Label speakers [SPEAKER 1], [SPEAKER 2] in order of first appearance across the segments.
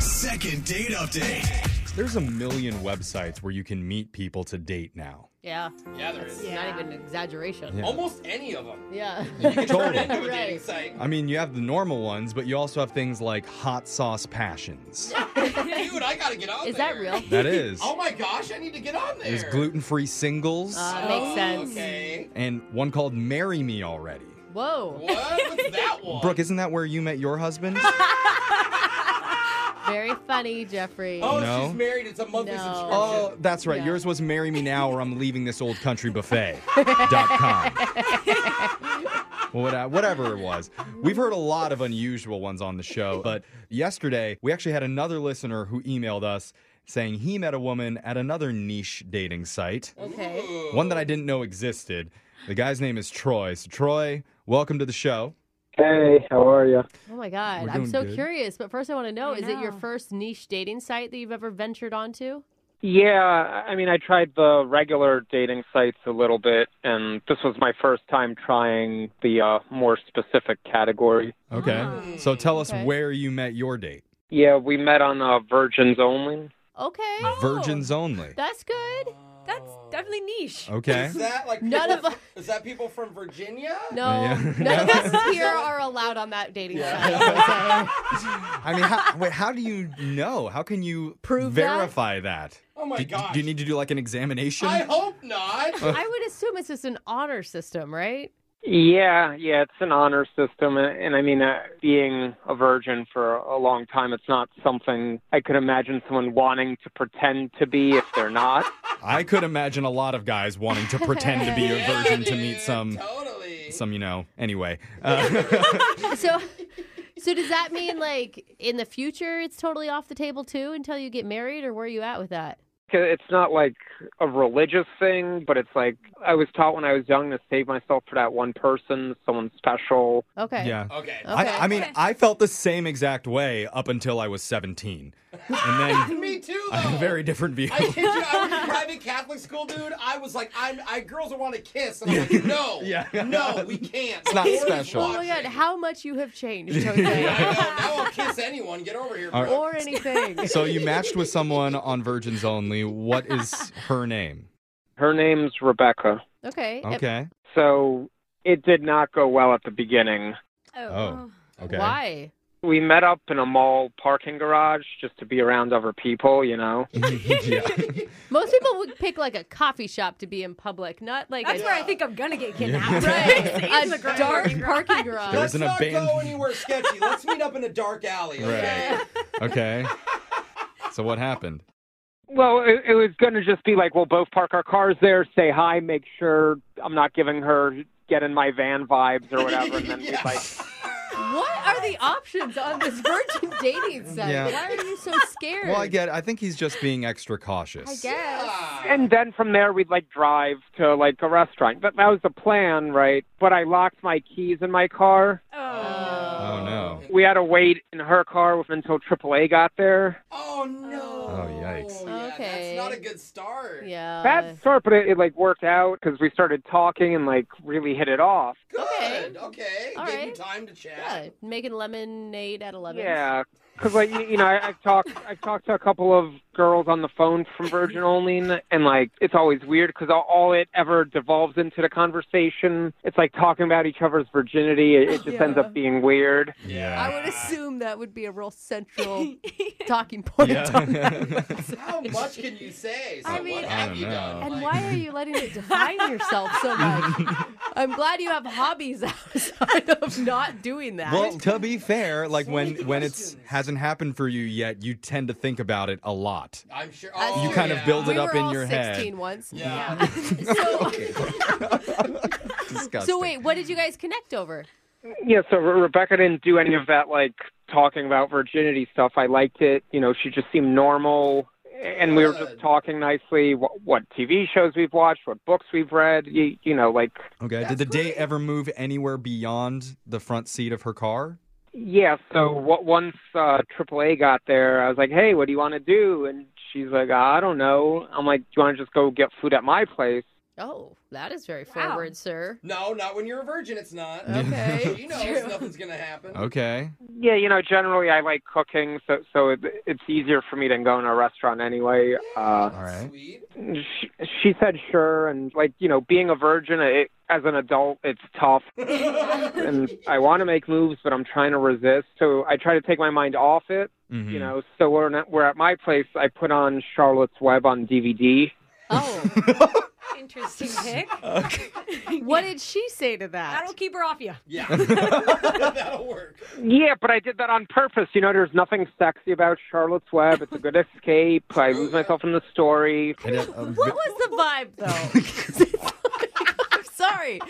[SPEAKER 1] Second date update.
[SPEAKER 2] There's a million websites where you can meet people to date now.
[SPEAKER 3] Yeah.
[SPEAKER 4] Yeah, there
[SPEAKER 3] It's
[SPEAKER 4] is.
[SPEAKER 3] not even an exaggeration.
[SPEAKER 2] Yeah.
[SPEAKER 4] Almost any of them.
[SPEAKER 3] Yeah.
[SPEAKER 4] You can turn it into a dating
[SPEAKER 3] Right.
[SPEAKER 4] site.
[SPEAKER 2] I mean, you have the normal ones, but you also have things like hot sauce passions.
[SPEAKER 4] Dude, I gotta get on
[SPEAKER 3] Is
[SPEAKER 4] there.
[SPEAKER 3] that real?
[SPEAKER 2] That is.
[SPEAKER 4] Oh my gosh, I need to get on there.
[SPEAKER 2] There's gluten free singles
[SPEAKER 3] Uh,
[SPEAKER 4] Oh,
[SPEAKER 3] makes sense.
[SPEAKER 4] Okay.
[SPEAKER 2] and one called Marry Me Already.
[SPEAKER 3] Whoa.
[SPEAKER 4] What? What's that one?
[SPEAKER 2] Brooke, isn't that where you met your husband?
[SPEAKER 3] Very funny, Jeffrey.
[SPEAKER 4] oh,
[SPEAKER 2] No.
[SPEAKER 4] she's married. It's a monthly
[SPEAKER 3] No.
[SPEAKER 2] oh,
[SPEAKER 4] subscription.
[SPEAKER 2] that's right.
[SPEAKER 3] Yeah.
[SPEAKER 2] Yours was Marry Me Now or I'm Leaving This Old Country Buffet.com. uh, Whatever it was. We've heard a lot of unusual ones on the show, but yesterday we actually had another listener who emailed us saying he met a woman at another niche dating site.
[SPEAKER 3] Okay.
[SPEAKER 4] Ooh.
[SPEAKER 2] One that I didn't know existed. The guy's name is Troy. So, Troy, welcome to the show.
[SPEAKER 5] Hey, how are you?
[SPEAKER 3] Oh my God.
[SPEAKER 2] We're
[SPEAKER 3] I'm
[SPEAKER 2] doing
[SPEAKER 3] so
[SPEAKER 2] good.
[SPEAKER 3] curious. But first, I want to know
[SPEAKER 6] I
[SPEAKER 3] is it your
[SPEAKER 6] know.
[SPEAKER 3] first niche dating site that you've ever ventured onto?
[SPEAKER 5] Yeah, I I mean, I tried the regular dating sites a little bit, and this was my first time trying the uh, more specific category.
[SPEAKER 2] Okay. So, tell us
[SPEAKER 3] Okay.
[SPEAKER 2] where you met your date.
[SPEAKER 5] Yeah, we met on uh, Virgins Only.
[SPEAKER 3] Okay. Oh,
[SPEAKER 2] Virgins only.
[SPEAKER 3] That's good.
[SPEAKER 6] That's definitely niche.
[SPEAKER 2] Okay.
[SPEAKER 4] Is that like
[SPEAKER 3] None
[SPEAKER 4] people-
[SPEAKER 3] of-
[SPEAKER 4] Is that people from Virginia?
[SPEAKER 3] No,
[SPEAKER 2] Yeah.
[SPEAKER 3] none of us here are allowed on that dating site. okay?
[SPEAKER 2] I mean, how, wait, how do you know? How can you
[SPEAKER 3] Prove that?
[SPEAKER 2] verify that?
[SPEAKER 4] Oh my
[SPEAKER 2] do,
[SPEAKER 4] gosh.
[SPEAKER 2] do you need to do like an examination?
[SPEAKER 4] I hope not.
[SPEAKER 3] I would assume it's just an honor system, right?
[SPEAKER 5] Yeah, yeah, it's an honor system, and, and I mean, uh, being a virgin for a long time, it's not something I could imagine someone wanting to pretend to be if they're not.
[SPEAKER 2] I could imagine a lot of guys wanting to pretend to be a
[SPEAKER 4] Yeah,
[SPEAKER 2] virgin to
[SPEAKER 4] dude,
[SPEAKER 2] meet some,
[SPEAKER 4] Totally.
[SPEAKER 2] some you know. Anyway, uh,
[SPEAKER 3] So, so does that mean like in the future it's totally off the table too until you get married, or where are you at with that?
[SPEAKER 5] it's not like a religious thing, but it's like I was taught when I was young to save myself for that one person, someone special.
[SPEAKER 3] Okay.
[SPEAKER 2] yeah.
[SPEAKER 4] Okay.
[SPEAKER 3] Okay.
[SPEAKER 2] I, I mean, I felt the same exact way up until I was 17, and then
[SPEAKER 4] Me too.
[SPEAKER 2] I had
[SPEAKER 4] though.
[SPEAKER 2] a very different view.
[SPEAKER 4] I kid you, I was in private Catholic school, dude. I was like, I'm, I girls will want to kiss, and I'm like, no,
[SPEAKER 2] Yeah.
[SPEAKER 4] no, we can't. It's
[SPEAKER 2] not special.
[SPEAKER 3] Oh my god, how much you have changed, Jose.
[SPEAKER 4] I know. Now I'll kiss anyone. Get over here.
[SPEAKER 2] All right.
[SPEAKER 4] bro.
[SPEAKER 3] or anything.
[SPEAKER 2] So you matched with someone on Virgins Only. What is her name?
[SPEAKER 5] Her name's Rebecca.
[SPEAKER 3] Okay.
[SPEAKER 2] Okay.
[SPEAKER 5] So it did not go well at the beginning.
[SPEAKER 2] Oh. Okay.
[SPEAKER 3] Why?
[SPEAKER 5] We met up in a mall parking garage just to be around other people, you know.
[SPEAKER 2] yeah.
[SPEAKER 3] Most people would pick like a coffee shop to be in public, not like
[SPEAKER 6] That's
[SPEAKER 3] a,
[SPEAKER 6] where I think I'm gonna get kidnapped.
[SPEAKER 3] right,
[SPEAKER 6] In the
[SPEAKER 3] a
[SPEAKER 6] garage.
[SPEAKER 3] dark parking garage.
[SPEAKER 2] There
[SPEAKER 4] Let's
[SPEAKER 2] was an
[SPEAKER 4] not go
[SPEAKER 2] abandoned-
[SPEAKER 4] anywhere sketchy. Let's meet up in a dark alley. Okay.
[SPEAKER 2] Okay. So what happened?
[SPEAKER 5] Well, it, it was going to just be like, we'll both park our cars there, say hi, make sure I'm not giving her get in my van vibes or whatever, and then
[SPEAKER 4] Yeah.
[SPEAKER 5] we'd like
[SPEAKER 3] What are the options on this virgin dating site?
[SPEAKER 2] Yeah.
[SPEAKER 3] Why are you so scared?
[SPEAKER 2] Well, I get. I think he's just being extra cautious.
[SPEAKER 6] I guess.
[SPEAKER 4] Ah.
[SPEAKER 5] and then from there we'd like drive to like a restaurant. But that was the plan, right? But I locked my keys in my car.
[SPEAKER 6] Oh.
[SPEAKER 2] Oh no.
[SPEAKER 5] We had to wait in her car until AAA got there.
[SPEAKER 4] Oh no.
[SPEAKER 2] Oh, yikes.
[SPEAKER 4] Yeah,
[SPEAKER 3] Okay.
[SPEAKER 4] That's not a good start.
[SPEAKER 3] Yeah.
[SPEAKER 5] Bad start, but it, it like worked out because we started talking and like really hit it off.
[SPEAKER 4] Good. Okay.
[SPEAKER 3] All
[SPEAKER 4] Gave you
[SPEAKER 3] right.
[SPEAKER 4] time to chat.
[SPEAKER 3] Yeah, making lemonade out of lemons.
[SPEAKER 5] Yeah, because like you, you know, I, I've talked I've talked to a couple of girls on the phone from Virgin Only, and- and like it's always weird because all, all it ever devolves into the conversation. It's like talking about each other's virginity. It, it just ends up being weird.
[SPEAKER 3] I
[SPEAKER 2] Yeah.
[SPEAKER 3] would assume that would be a real central talking point. on that.
[SPEAKER 2] Yeah.
[SPEAKER 4] How much can you say? So
[SPEAKER 6] I
[SPEAKER 4] what
[SPEAKER 6] mean,
[SPEAKER 4] have
[SPEAKER 2] I
[SPEAKER 4] you
[SPEAKER 2] don't know.
[SPEAKER 4] done?
[SPEAKER 3] And
[SPEAKER 4] Like-
[SPEAKER 3] why are you letting it define yourself so much? I'm glad you have hobbies outside of not doing that.
[SPEAKER 2] well, to be fair, like when
[SPEAKER 4] many
[SPEAKER 2] when it's
[SPEAKER 4] questions.
[SPEAKER 2] hasn't happened for you yet, you tend to think about it a lot.
[SPEAKER 4] I'm sure.
[SPEAKER 3] That's
[SPEAKER 4] Oh,
[SPEAKER 2] You kind of
[SPEAKER 4] yeah.
[SPEAKER 2] build it
[SPEAKER 3] we
[SPEAKER 2] up
[SPEAKER 3] were
[SPEAKER 2] in
[SPEAKER 3] all
[SPEAKER 2] your
[SPEAKER 3] 16
[SPEAKER 2] head.
[SPEAKER 3] once.
[SPEAKER 4] Yeah.
[SPEAKER 3] So,
[SPEAKER 2] Disgusting.
[SPEAKER 3] so wait, what did you guys connect over?
[SPEAKER 5] Yeah, so Re- Rebecca didn't do any of that like talking about virginity stuff. I liked it. You know, she just seemed normal, and we were
[SPEAKER 4] Good.
[SPEAKER 5] just talking nicely. What, what TV shows we've watched, what books we've read. You, you know, like
[SPEAKER 2] Okay. Did the date ever move anywhere beyond the front seat of her car?
[SPEAKER 5] yeah. So what, once uh, AAA got there, I was like, "Hey, what do you want to do?" And she's like, "I don't know." I'm like, "Do you want to just go get food at my place?"
[SPEAKER 3] Oh, that is very
[SPEAKER 6] Wow.
[SPEAKER 3] forward, sir.
[SPEAKER 4] No, not when you're a virgin. It's not.
[SPEAKER 3] Okay.
[SPEAKER 4] She knows
[SPEAKER 6] True.
[SPEAKER 4] nothing's gonna happen.
[SPEAKER 2] Okay.
[SPEAKER 5] Yeah, you know, generally I like cooking, so so it, it's easier for me to go in a restaurant anyway. Uh,
[SPEAKER 2] All right.
[SPEAKER 4] Sweet.
[SPEAKER 5] she, she said sure, and like you know, being a virgin it, as an adult, it's tough, and I want to make moves, but I'm trying to resist. So I try to take my mind off it.
[SPEAKER 2] Mhm.
[SPEAKER 5] You know, so we're not, we're at my place. I put on Charlotte's Web on DVD.
[SPEAKER 3] Oh,
[SPEAKER 6] Interesting pick.
[SPEAKER 2] Okay.
[SPEAKER 3] what did she say to that?
[SPEAKER 6] That'll keep her off you.
[SPEAKER 4] Yeah. That'll work.
[SPEAKER 5] Yeah, but I did that on purpose. You know, there's nothing sexy about Charlotte's Web. It's a good escape. I lose myself in the story.
[SPEAKER 2] I did- uh,
[SPEAKER 3] What was the vibe though? Oh I'm sorry.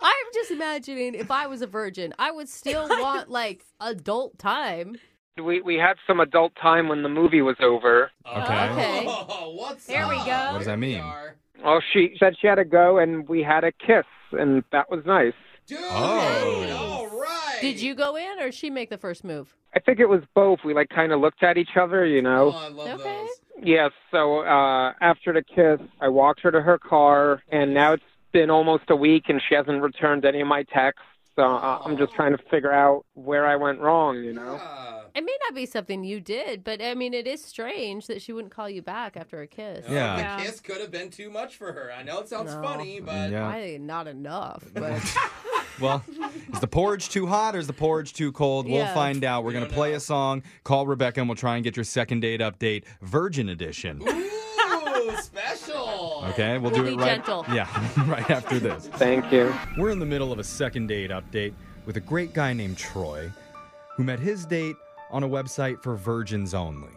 [SPEAKER 3] I'm just imagining if I was a virgin, I would still want like adult time.
[SPEAKER 5] We we had some adult time when the movie was over.
[SPEAKER 2] Okay.
[SPEAKER 3] Okay.
[SPEAKER 4] Oh, what's
[SPEAKER 6] There we
[SPEAKER 4] up?
[SPEAKER 6] go. What
[SPEAKER 2] does that mean?
[SPEAKER 4] We are.
[SPEAKER 5] Well, she said she had to go, and we had a kiss, and that was nice.
[SPEAKER 4] Dude,
[SPEAKER 2] Oh.
[SPEAKER 4] all right.
[SPEAKER 3] Did you go in or she make the first move?
[SPEAKER 5] I think it was both. We like kind of looked at each other, you
[SPEAKER 4] Oh,
[SPEAKER 5] know.
[SPEAKER 4] I love
[SPEAKER 3] Okay.
[SPEAKER 4] those.
[SPEAKER 5] Yes. So uh, after the kiss, I walked her to her car, and now it's been almost a week, and she hasn't returned any of my texts. So uh, I'm just trying to figure out where I went wrong, you know.
[SPEAKER 4] Uh,
[SPEAKER 3] It may not be something you did, but I mean, it is strange that she wouldn't call you back after a kiss.
[SPEAKER 2] Yeah.
[SPEAKER 4] The
[SPEAKER 6] Yeah.
[SPEAKER 4] kiss could have been too much for her. I know it sounds
[SPEAKER 3] No.
[SPEAKER 4] funny, but
[SPEAKER 2] Yeah.
[SPEAKER 3] I think not enough, but
[SPEAKER 2] Well, is the porridge too hot or is the porridge too cold? We'll
[SPEAKER 3] Yeah.
[SPEAKER 2] find out. We're going to
[SPEAKER 4] don't
[SPEAKER 2] play
[SPEAKER 4] know.
[SPEAKER 2] a song, call Rebecca, and we'll try and get your second date update, Virgin Edition.
[SPEAKER 4] ooh, special.
[SPEAKER 2] Okay, we'll,
[SPEAKER 3] We'll
[SPEAKER 2] do it
[SPEAKER 3] be
[SPEAKER 2] right.
[SPEAKER 3] gentle.
[SPEAKER 2] Yeah, right after this.
[SPEAKER 5] Thank you.
[SPEAKER 2] We're in the middle of a second date update with a great guy named Troy who met his date on a website for virgins only.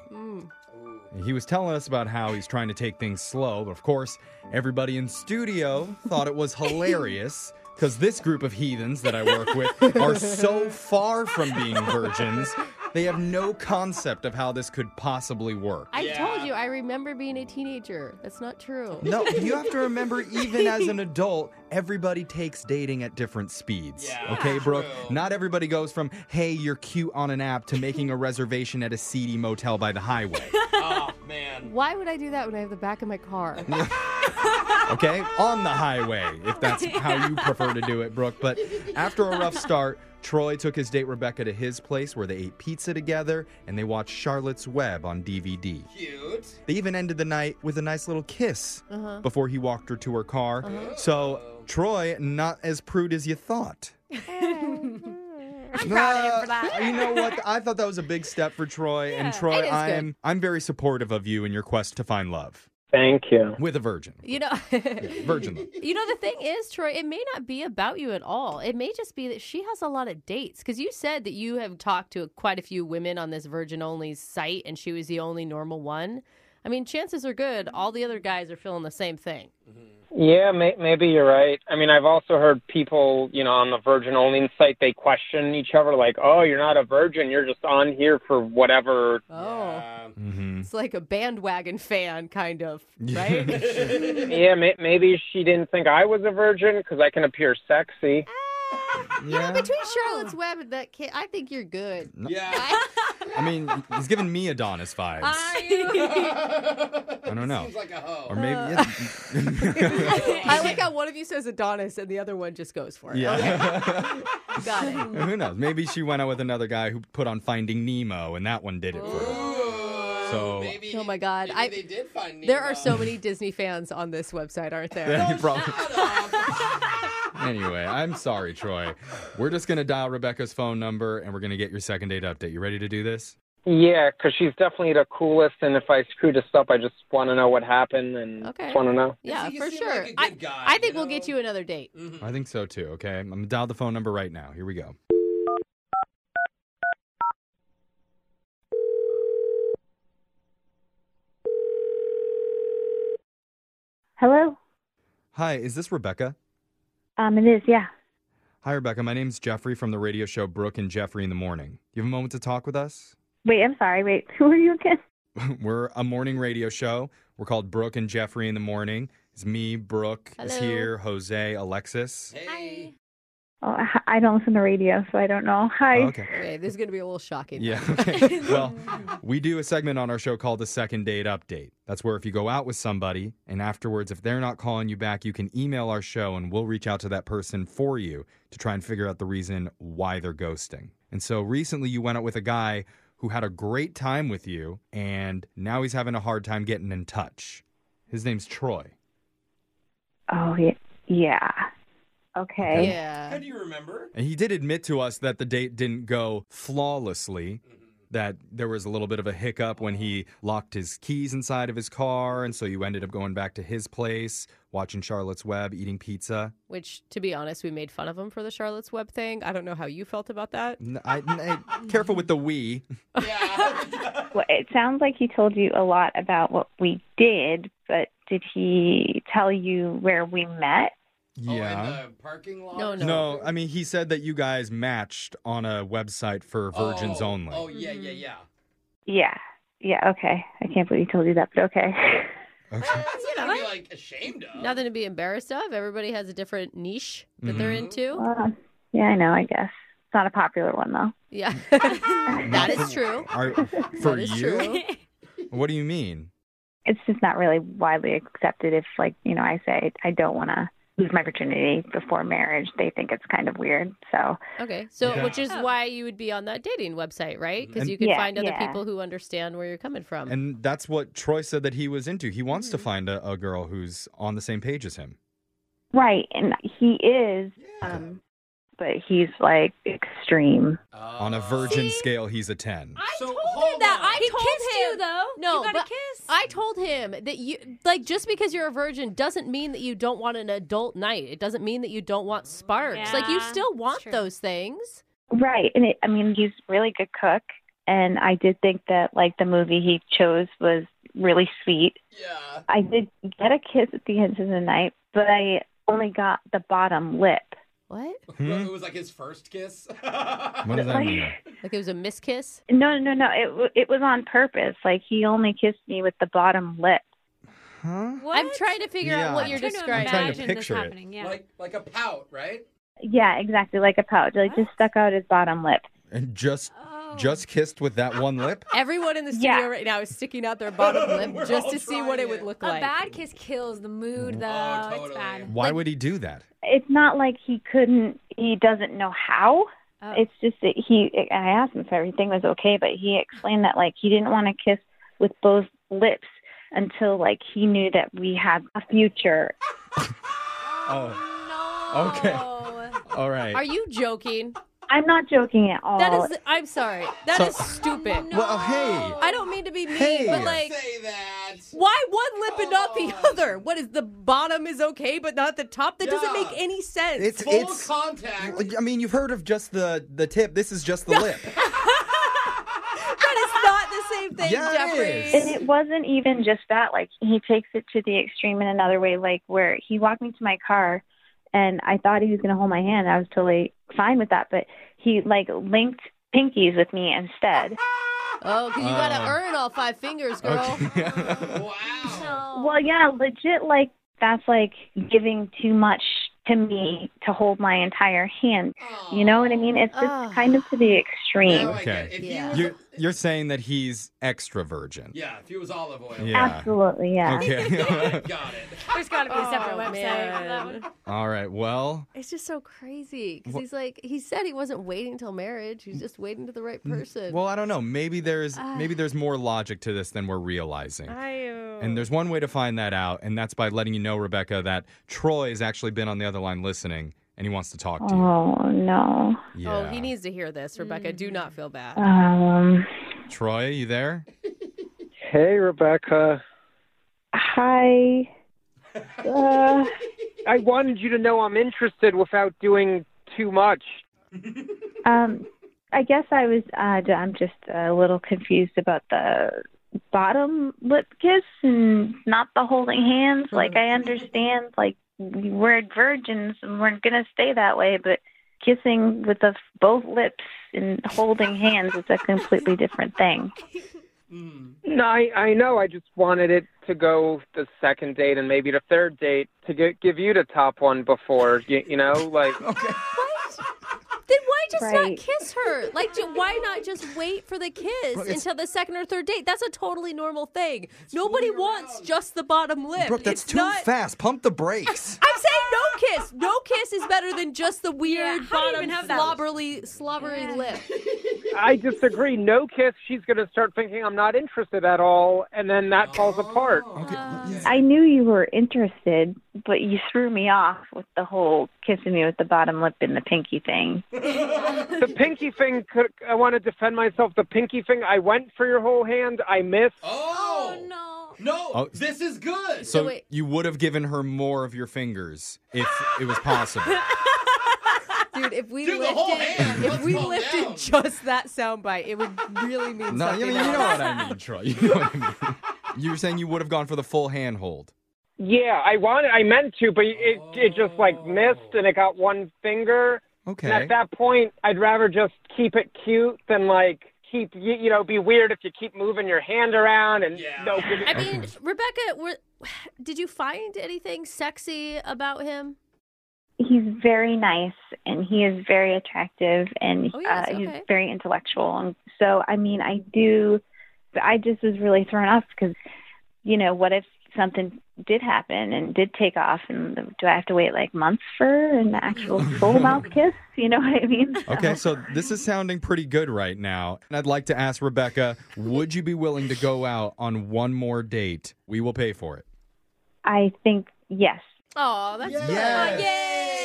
[SPEAKER 2] He was telling us about how he's trying to take things slow, but of course, everybody in studio thought it was hilarious because this group of heathens that I work with are so far from being virgins, they have no concept of how this could possibly work.
[SPEAKER 3] I
[SPEAKER 4] Yeah.
[SPEAKER 3] told you I remember being a teenager. That's not true.
[SPEAKER 2] No, you have to remember, even as an adult, everybody takes dating at different speeds.
[SPEAKER 4] Yeah,
[SPEAKER 2] okay, Brooke?
[SPEAKER 4] true.
[SPEAKER 2] Not everybody goes from, hey, you're cute on an app to making a reservation at a seedy motel by the highway.
[SPEAKER 4] Oh, man.
[SPEAKER 3] Why would I do that when I have the back of my car?
[SPEAKER 2] Okay? on the highway, if that's how you prefer to do it, Brooke. But after a rough start, Troy took his date Rebecca to his place where they ate pizza together and they watched Charlotte's Web on DVD.
[SPEAKER 4] Cute.
[SPEAKER 2] They even ended the night with a nice little kiss before he walked her to her car. So, Troy, not as prude as you thought. I'm proud of him for that. You know what? I thought that was a big step for Troy. And Troy,
[SPEAKER 3] It is
[SPEAKER 2] I
[SPEAKER 3] good.
[SPEAKER 2] am I'm very supportive of you in your quest to find love
[SPEAKER 5] Thank you.
[SPEAKER 2] with a virgin.
[SPEAKER 3] You know,
[SPEAKER 2] Virgin love.
[SPEAKER 3] you know the thing is, Troy, it may not be about you at all. It may just be that she has a lot of dates cuz you said that you have talked to quite a few women on this virgin only site and she was the only normal one. I mean, chances are good all the other guys are feeling the same thing.
[SPEAKER 5] Yeah, may- maybe you're right. I mean, I've also heard people, you know, on the Virgin Only site, they question each other like, "Oh, you're not a virgin. You're just on here for whatever."
[SPEAKER 3] Oh,
[SPEAKER 4] Um,
[SPEAKER 2] Mm-hmm.
[SPEAKER 3] it's like a bandwagon fan kind of, right?
[SPEAKER 5] yeah, may- maybe she didn't think I was a virgin because I can appear sexy.
[SPEAKER 2] Yeah.
[SPEAKER 3] "Ah, Between Charlotte's Web and that kid, I think you're good.
[SPEAKER 4] yeah.
[SPEAKER 2] I mean, he's giving me Adonis vibes.
[SPEAKER 6] Are you?
[SPEAKER 2] I don't know.
[SPEAKER 4] Seems like a hoe.
[SPEAKER 2] Or maybe.
[SPEAKER 3] I like how one of you says Adonis and the other one just goes for it. Oh
[SPEAKER 2] yeah.
[SPEAKER 3] Okay, got it.
[SPEAKER 2] Who knows? Maybe she went out with another guy who put on Finding Nemo, and that one did it for her.
[SPEAKER 4] Ooh,
[SPEAKER 2] So-
[SPEAKER 4] maybe,
[SPEAKER 3] Oh my God,
[SPEAKER 4] Maybe
[SPEAKER 3] I-
[SPEAKER 4] they did find
[SPEAKER 3] There are
[SPEAKER 4] Nemo.
[SPEAKER 3] so many Disney fans on this website, aren't there?
[SPEAKER 2] Yeah, probably.
[SPEAKER 4] Shut up.
[SPEAKER 2] Anyway, I'm sorry, Troy. We're just gonna dial Rebecca's phone number, and we're gonna get your second date update. You ready to do this?
[SPEAKER 5] Yeah, because she's definitely the coolest, and if I screw this up, I just want to know what happened and
[SPEAKER 3] Okay.
[SPEAKER 5] just want to know.
[SPEAKER 3] Yeah,
[SPEAKER 4] You
[SPEAKER 3] for
[SPEAKER 4] seem
[SPEAKER 3] sure.
[SPEAKER 4] like a
[SPEAKER 3] I,
[SPEAKER 4] good guy,
[SPEAKER 3] I think
[SPEAKER 4] you
[SPEAKER 3] we'll
[SPEAKER 4] know?
[SPEAKER 3] get you Mm. another date.
[SPEAKER 2] I think so too. Okay, I'm gonna dial the phone number right now. Here we go.
[SPEAKER 7] Hello.
[SPEAKER 2] Hi, is this Rebecca?
[SPEAKER 7] Um, it is, yeah.
[SPEAKER 2] Hi, Rebecca. My name's Jeffrey from the radio show Brooke and Jeffrey in the Morning. You have a moment to talk with us?
[SPEAKER 7] Wait, I'm sorry. Wait, who are you again?
[SPEAKER 2] We're a morning radio show. We're called Brooke and Jeffrey in the Morning. It's me, Brooke is
[SPEAKER 3] Hello.
[SPEAKER 2] here, Jose, Alexis.
[SPEAKER 4] Hey.
[SPEAKER 7] Oh, I- I don't listen to radio, so I don't know. Hi.
[SPEAKER 2] Oh, okay.
[SPEAKER 3] Okay, this is going to be a little shocking.
[SPEAKER 2] Yeah. Okay. well, We do a segment on our show called the Second Date Update. That's where if you go out with somebody and afterwards, if they're not calling you back, you can email our show and we'll reach out to that person for you to try and figure out the reason why they're ghosting. And so recently you went out with a guy who had a great time with you and now he's having a hard time getting in touch. His name's Troy.
[SPEAKER 7] Oh, yeah. Yeah. Okay.
[SPEAKER 4] How
[SPEAKER 3] Yeah.
[SPEAKER 4] do you remember?
[SPEAKER 2] And he did admit to us that the date didn't go flawlessly, that there was a little bit of a hiccup when he locked his keys inside of his car. And so you ended up going back to his place, watching Charlotte's Web, eating pizza.
[SPEAKER 3] Which, to be honest, we made fun of him for the Charlotte's Web thing. I don't know how you felt about that.
[SPEAKER 2] N- I- n- I- careful with the we.
[SPEAKER 3] Oh,
[SPEAKER 4] Yeah. Oh,
[SPEAKER 7] Well, it sounds like he told you a lot about what we did, but did he tell you where we met?
[SPEAKER 4] Oh, in the parking lot.
[SPEAKER 3] No,
[SPEAKER 4] or
[SPEAKER 3] no.
[SPEAKER 2] No, I mean, he said that you guys matched on a website for
[SPEAKER 4] something?
[SPEAKER 2] virgins
[SPEAKER 4] Oh,
[SPEAKER 2] only.
[SPEAKER 4] Oh yeah, yeah, yeah.
[SPEAKER 7] Yeah. Yeah, okay. I can't believe he told you that, but okay.
[SPEAKER 2] Okay.
[SPEAKER 4] That's
[SPEAKER 3] You know,
[SPEAKER 4] something to be like ashamed of.
[SPEAKER 3] Nothing to be embarrassed of. Everybody has a different niche that they're
[SPEAKER 4] Mhm.
[SPEAKER 3] into.
[SPEAKER 7] Well, yeah, I know, I guess. It's not a popular one, though.
[SPEAKER 3] Yeah. that is true.
[SPEAKER 2] Are, for
[SPEAKER 3] That is
[SPEAKER 2] you?
[SPEAKER 3] true.
[SPEAKER 2] What do you mean?
[SPEAKER 7] It's just not really widely accepted if, like, you know, I say I don't want to lose my virginity before marriage. They think it's kind of weird. So,
[SPEAKER 3] Okay. So,
[SPEAKER 2] Yeah.
[SPEAKER 3] which is
[SPEAKER 6] Oh.
[SPEAKER 3] why you would be on that dating website, right? Because
[SPEAKER 2] And-
[SPEAKER 3] you can
[SPEAKER 7] Yeah,
[SPEAKER 3] find other
[SPEAKER 7] yeah.
[SPEAKER 3] people who understand where you're coming from.
[SPEAKER 2] And that's what Troy said that he was into. He wants
[SPEAKER 3] hmm.
[SPEAKER 2] to find a, a girl who's on the same page as him.
[SPEAKER 7] right. And he is,
[SPEAKER 4] Yeah.
[SPEAKER 7] um, but he's like extreme.
[SPEAKER 2] On a
[SPEAKER 4] Uh,
[SPEAKER 2] virgin scale, he's a 10.
[SPEAKER 6] I
[SPEAKER 4] So,
[SPEAKER 6] told him
[SPEAKER 4] hold
[SPEAKER 6] that.
[SPEAKER 4] on.
[SPEAKER 6] I
[SPEAKER 3] He
[SPEAKER 6] told
[SPEAKER 3] kissed
[SPEAKER 6] him.
[SPEAKER 3] you, though. No,
[SPEAKER 6] No, you got
[SPEAKER 3] but
[SPEAKER 6] a kiss.
[SPEAKER 3] I told him that you like just because you're a virgin doesn't mean that you don't want an adult night. It doesn't mean that you don't want sparks. Like you
[SPEAKER 6] Yeah,
[SPEAKER 3] still
[SPEAKER 6] that's
[SPEAKER 3] want
[SPEAKER 6] true.
[SPEAKER 3] those things.
[SPEAKER 7] Right. And it, I mean, he's a really good cook. And I did think that, like, the movie he chose was really sweet.
[SPEAKER 4] Oh, Yeah.
[SPEAKER 7] I did get a kiss at the end of the night, but I only got the bottom lip.
[SPEAKER 3] What?
[SPEAKER 2] Hmm?
[SPEAKER 4] It was like his first kiss.
[SPEAKER 2] What does that
[SPEAKER 7] Like-
[SPEAKER 2] mean?
[SPEAKER 3] Like it was a miskiss?
[SPEAKER 7] No, no, no. It w- it was on purpose. Like he only kissed me with the bottom lip.
[SPEAKER 2] Huh?
[SPEAKER 6] What?
[SPEAKER 3] I'm trying to figure
[SPEAKER 2] Yeah.
[SPEAKER 3] out what
[SPEAKER 2] I'm
[SPEAKER 3] you're
[SPEAKER 6] trying
[SPEAKER 3] describing.
[SPEAKER 6] To
[SPEAKER 2] I'm trying to
[SPEAKER 6] imagine this
[SPEAKER 2] picture it.
[SPEAKER 6] happening. Yeah.
[SPEAKER 4] Like like a pout, right?
[SPEAKER 7] Yeah, exactly. Like a pouch. Like just stuck out his bottom lip.
[SPEAKER 2] And just
[SPEAKER 6] oh.
[SPEAKER 2] just kissed with that one lip?
[SPEAKER 3] Everyone in the studio
[SPEAKER 7] Yeah.
[SPEAKER 3] right now is sticking out their bottom
[SPEAKER 4] We're
[SPEAKER 3] lip just
[SPEAKER 4] all
[SPEAKER 3] to see what
[SPEAKER 4] trying
[SPEAKER 3] it would
[SPEAKER 4] it.
[SPEAKER 3] look
[SPEAKER 6] a
[SPEAKER 3] like.
[SPEAKER 6] bad kiss kills the mood, though.
[SPEAKER 4] totally.
[SPEAKER 6] It's bad.
[SPEAKER 2] Why would he do that?
[SPEAKER 7] It's not like he couldn't. He doesn't know how.
[SPEAKER 6] Oh.
[SPEAKER 7] It's just that he. I asked him if everything was okay, but he explained that like he didn't want to kiss with both lips until like he knew that we had a future.
[SPEAKER 2] Oh,
[SPEAKER 6] no.
[SPEAKER 2] Okay. all right.
[SPEAKER 3] Are you joking?
[SPEAKER 7] I'm not joking at all.
[SPEAKER 3] That is I'm sorry. That
[SPEAKER 2] Oh. So-
[SPEAKER 3] is stupid.
[SPEAKER 6] No.
[SPEAKER 2] Well, oh, hey.
[SPEAKER 3] I don't mean to be mean,
[SPEAKER 2] Hey.
[SPEAKER 3] but like
[SPEAKER 4] Say that.
[SPEAKER 3] Why one lip and not the
[SPEAKER 6] Oh.
[SPEAKER 4] Come on.
[SPEAKER 3] other? What is the bottom is okay, but not the top? That doesn't
[SPEAKER 4] Yeah.
[SPEAKER 3] make any sense.
[SPEAKER 2] It's
[SPEAKER 4] Full
[SPEAKER 2] it's
[SPEAKER 4] contact.
[SPEAKER 2] I mean, you've heard of just the the tip. This is just the lip.
[SPEAKER 3] that is not the same thing,
[SPEAKER 2] Yeah, it
[SPEAKER 3] Jeffrey.
[SPEAKER 2] is.
[SPEAKER 7] And it wasn't even just that. Like he takes it to the extreme in another way. Like where he walked me to my car, and I thought he was going to hold my hand. I was totally fine with that, but he like linked pinkies with me instead.
[SPEAKER 3] Oh, because you gotta
[SPEAKER 2] Um,
[SPEAKER 3] earn all five fingers, girl.
[SPEAKER 2] Okay.
[SPEAKER 4] Wow.
[SPEAKER 6] No.
[SPEAKER 7] Well, yeah, legit. Like that's like giving too much to me to hold my entire hand. You know what I mean? It's just
[SPEAKER 3] Ugh.
[SPEAKER 7] kind of to the
[SPEAKER 4] Now
[SPEAKER 7] extreme.
[SPEAKER 4] I get it. If
[SPEAKER 3] Yeah.
[SPEAKER 4] he was,
[SPEAKER 2] you're you're saying that he's extra virgin.
[SPEAKER 4] yeah, if he was olive oil.
[SPEAKER 2] Yeah.
[SPEAKER 7] Absolutely, yeah.
[SPEAKER 2] Okay.
[SPEAKER 4] Got it.
[SPEAKER 6] There's got to be a separate website for that one.
[SPEAKER 2] all right. Well,
[SPEAKER 3] It's just so crazy because
[SPEAKER 2] Wha- Mm.
[SPEAKER 3] he's like, he said he wasn't waiting till marriage. He's just waiting to the right person.
[SPEAKER 2] well, I don't know. Maybe there's maybe there's more logic to this than we're realizing. And there's one way to find that out, and that's by letting you know, Rebecca, that Troy has actually been on the other line listening, and he wants to talk to you.
[SPEAKER 7] Oh no.
[SPEAKER 2] Yeah.
[SPEAKER 3] Oh, he needs to hear this, Rebecca. Do not feel bad.
[SPEAKER 7] Um.
[SPEAKER 2] Troy, you there?
[SPEAKER 5] Hey, Rebecca.
[SPEAKER 7] Hi.
[SPEAKER 5] Uh, I wanted you to know I'm interested without doing too much.
[SPEAKER 7] Um, I guess I was. Uh, I'm just a little confused about the bottom lip kiss and not the holding hands. Like I understand, like we're virgins and we're gonna stay that way, but kissing with the both lips and holding hands is a completely different thing.
[SPEAKER 5] No, I, I know. I just wanted it to go the second date and maybe the third date to get, give you the top one before, you, you know? Like,
[SPEAKER 3] Then why'd just not
[SPEAKER 7] Right.
[SPEAKER 3] kiss her? Like, ju- why not just wait for the kiss
[SPEAKER 2] Brooke, it's-
[SPEAKER 3] until the second or third date? That's a totally normal thing. Nobody wants just the bottom lip.
[SPEAKER 2] Brooke, that's
[SPEAKER 3] It's
[SPEAKER 2] too
[SPEAKER 3] not-
[SPEAKER 2] fast. Pump the brakes.
[SPEAKER 3] I'm saying no kiss. No kiss is better than just the weird
[SPEAKER 6] how do you
[SPEAKER 3] bottom
[SPEAKER 6] even have that?
[SPEAKER 3] slobbery, slobbery lip.
[SPEAKER 5] I disagree. No kiss. She's going to start thinking I'm not interested at all, and then that falls apart.
[SPEAKER 2] Okay, yeah.
[SPEAKER 7] I knew you were interested, but you threw me off with the whole kissing me with the bottom lip and the pinky thing.
[SPEAKER 5] The pinky thing. Could, I want to defend myself. The pinky thing. I went for your whole hand. I missed.
[SPEAKER 4] Oh, no.
[SPEAKER 6] no.
[SPEAKER 4] No,
[SPEAKER 2] Oh.
[SPEAKER 4] this is good.
[SPEAKER 2] So
[SPEAKER 3] wait.
[SPEAKER 2] you would have given her more of your fingers if it was possible.
[SPEAKER 3] Dude, if we
[SPEAKER 4] Dude, the
[SPEAKER 3] lifted,
[SPEAKER 4] whole hand.
[SPEAKER 3] if
[SPEAKER 4] Let's
[SPEAKER 3] we
[SPEAKER 4] calm
[SPEAKER 3] lifted
[SPEAKER 4] down.
[SPEAKER 3] just that soundbite, it would really mean
[SPEAKER 2] No, you,
[SPEAKER 3] something.
[SPEAKER 2] you know
[SPEAKER 3] else.
[SPEAKER 2] what I mean, Troy. You know what I mean. You were saying you would have gone for the full handhold.
[SPEAKER 5] Yeah, I wanted. I meant to, but it it just like missed, and it got one finger. And
[SPEAKER 2] Okay.
[SPEAKER 5] at that point, I'd rather just keep it cute than like keep you, you know be weird if you keep moving your hand around and
[SPEAKER 4] Yeah.
[SPEAKER 5] no. give
[SPEAKER 3] I
[SPEAKER 5] it-
[SPEAKER 3] mean, Rebecca, were, did you find anything sexy about him?
[SPEAKER 7] He's very nice and he is very attractive and
[SPEAKER 3] Oh, yes,
[SPEAKER 7] uh,
[SPEAKER 3] okay.
[SPEAKER 7] he's very intellectual. And so, I mean, I do, I just was really thrown off because, you know, what if something did happen and did take off and do I have to wait like months for an actual full mouth kiss? You know what I mean? So-
[SPEAKER 2] Okay, so this is sounding pretty good right now. And I'd like to ask Rebecca, would you be willing to go out on one more date? We will pay for it.
[SPEAKER 7] I think, yes.
[SPEAKER 3] Oh, that's
[SPEAKER 4] Yes.
[SPEAKER 3] good.
[SPEAKER 2] Yes.
[SPEAKER 3] yay!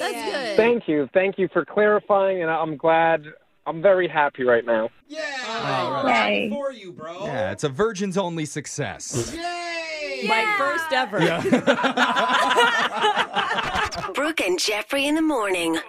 [SPEAKER 3] That's good.
[SPEAKER 5] Thank you, thank you for clarifying, and I'm glad. I'm very happy right now.
[SPEAKER 4] Yeah.
[SPEAKER 2] All
[SPEAKER 7] right.
[SPEAKER 4] Happy
[SPEAKER 7] Yay.
[SPEAKER 4] for you, bro.
[SPEAKER 2] Yeah, it's a virgin's only success.
[SPEAKER 4] Yay.
[SPEAKER 3] My first ever.
[SPEAKER 8] Brooke and Jeffrey in the morning.